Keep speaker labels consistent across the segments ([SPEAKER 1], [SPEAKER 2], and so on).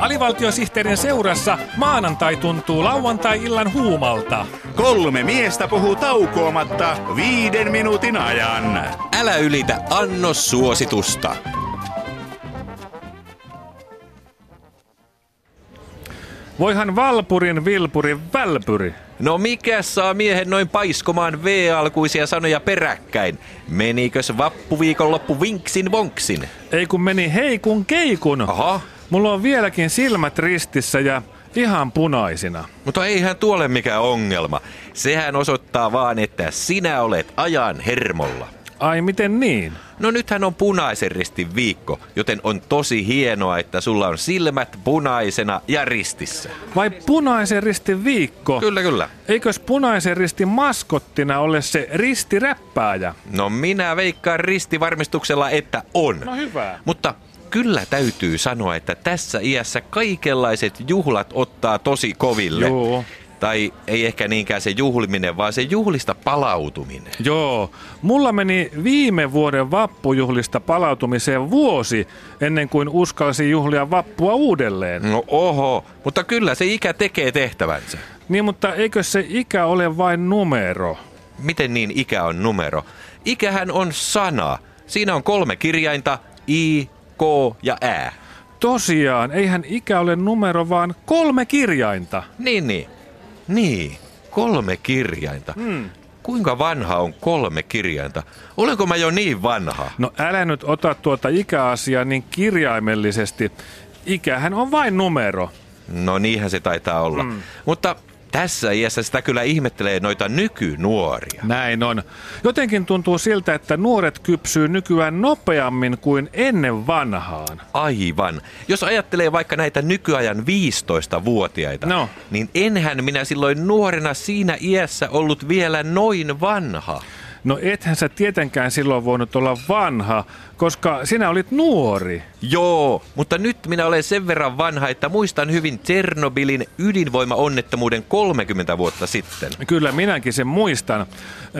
[SPEAKER 1] Alivaltiosihteerin seurassa maanantai tuntuu lauantai-illan huumalta.
[SPEAKER 2] Kolme miestä puhuu taukoamatta viiden minuutin ajan.
[SPEAKER 3] Älä ylitä annossuositusta.
[SPEAKER 1] Voihan Valpurin Vilpurin Välpyri.
[SPEAKER 3] No mikä saa miehen noin paiskomaan V-alkuisia sanoja peräkkäin? Menikös vappuviikonloppu vinksin vonksin?
[SPEAKER 1] Ei kun meni heikun keikun.
[SPEAKER 3] Aha,
[SPEAKER 1] Mulla on vieläkin silmät ristissä ja ihan punaisina.
[SPEAKER 3] mutta eihän tuolle mikään ongelma. Sehän osoittaa vaan, että sinä olet ajan hermolla.
[SPEAKER 1] Ai miten niin?
[SPEAKER 3] No nythän on punaisen ristin viikko, joten on tosi hienoa, että sulla on silmät punaisena ja ristissä.
[SPEAKER 1] Vai punaisen ristin viikko?
[SPEAKER 3] Kyllä, kyllä.
[SPEAKER 1] Eikös punaisen ristin maskottina ole se ristiräppääjä?
[SPEAKER 3] No minä veikkaan ristivarmistuksella, että on.
[SPEAKER 1] No hyvä.
[SPEAKER 3] Mutta kyllä täytyy sanoa, että tässä iässä kaikenlaiset juhlat ottaa tosi koville.
[SPEAKER 1] Joo.
[SPEAKER 3] Tai ei ehkä niinkään se juhliminen, vaan se juhlista palautuminen.
[SPEAKER 1] Joo, mulla meni viime vuoden vappujuhlista palautumiseen vuosi ennen kuin uskalsi juhlia vappua uudelleen.
[SPEAKER 3] No oho, mutta kyllä se ikä tekee tehtävänsä.
[SPEAKER 1] Niin, mutta eikö se ikä ole vain numero?
[SPEAKER 3] Miten niin ikä on numero? Ikähän on sana. Siinä on kolme kirjainta, I, K ja Ä.
[SPEAKER 1] Tosiaan, eihän ikä ole numero, vaan kolme kirjainta.
[SPEAKER 3] Niin, niin. Niin, kolme kirjainta. Hmm. Kuinka vanha on kolme kirjainta? Olenko mä jo niin vanha?
[SPEAKER 1] No älä nyt ota tuota ikäasiaa niin kirjaimellisesti. Ikähän on vain numero.
[SPEAKER 3] No niinhän se taitaa olla. Mm. Mutta tässä iässä sitä kyllä ihmettelee noita nykynuoria.
[SPEAKER 1] Näin on. Jotenkin tuntuu siltä, että nuoret kypsyy nykyään nopeammin kuin ennen vanhaan.
[SPEAKER 3] Aivan. Jos ajattelee vaikka näitä nykyajan 15-vuotiaita,
[SPEAKER 1] No.
[SPEAKER 3] niin enhän minä silloin nuorena siinä iässä ollut vielä noin vanha.
[SPEAKER 1] No ethän sä tietenkään silloin voinut olla vanha, koska sinä olit nuori.
[SPEAKER 3] Joo, mutta nyt minä olen sen verran vanha, että muistan hyvin Ternobylin ydinvoimaonnettomuuden 30 vuotta sitten.
[SPEAKER 1] Kyllä minäkin sen muistan.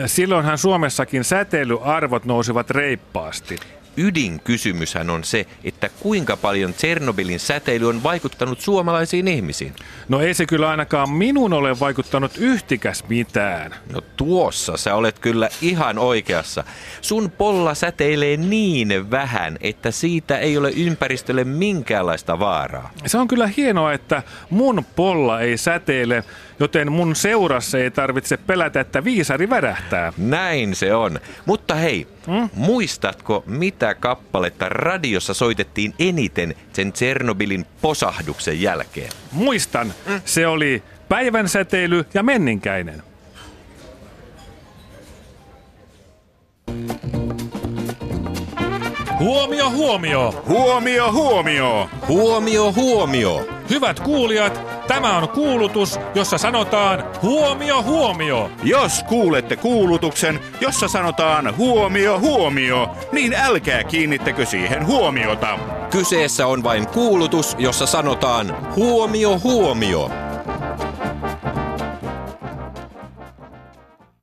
[SPEAKER 1] Silloinhan Suomessakin säteilyarvot nousivat reippaasti.
[SPEAKER 3] Ydinkysymyshän on se, että kuinka paljon Ternobylin säteily on vaikuttanut suomalaisiin ihmisiin.
[SPEAKER 1] No ei se kyllä ainakaan minun ole vaikuttanut yhtikäs mitään.
[SPEAKER 3] No tuossa sä olet kyllä ihan oikeassa. Sun polla säteilee niin vähän, että siitä ei ole ympäristölle minkäänlaista vaaraa.
[SPEAKER 1] Se on kyllä hienoa, että mun polla ei säteile, joten mun seurassa ei tarvitse pelätä, että viisari värähtää.
[SPEAKER 3] Näin se on. Mutta hei, mm? muistatko mitä kappaletta radiossa soitettiin eniten sen Tsernobylin posahduksen jälkeen?
[SPEAKER 1] Muistan, se oli päivän säteily ja menninkäinen. Huomio, huomio!
[SPEAKER 2] Huomio, huomio!
[SPEAKER 3] Huomio, huomio!
[SPEAKER 1] Hyvät kuulijat, tämä on kuulutus, jossa sanotaan huomio, huomio!
[SPEAKER 2] Jos kuulette kuulutuksen, jossa sanotaan huomio, huomio, niin älkää kiinnittäkö siihen huomiota.
[SPEAKER 3] Kyseessä on vain kuulutus, jossa sanotaan huomio, huomio.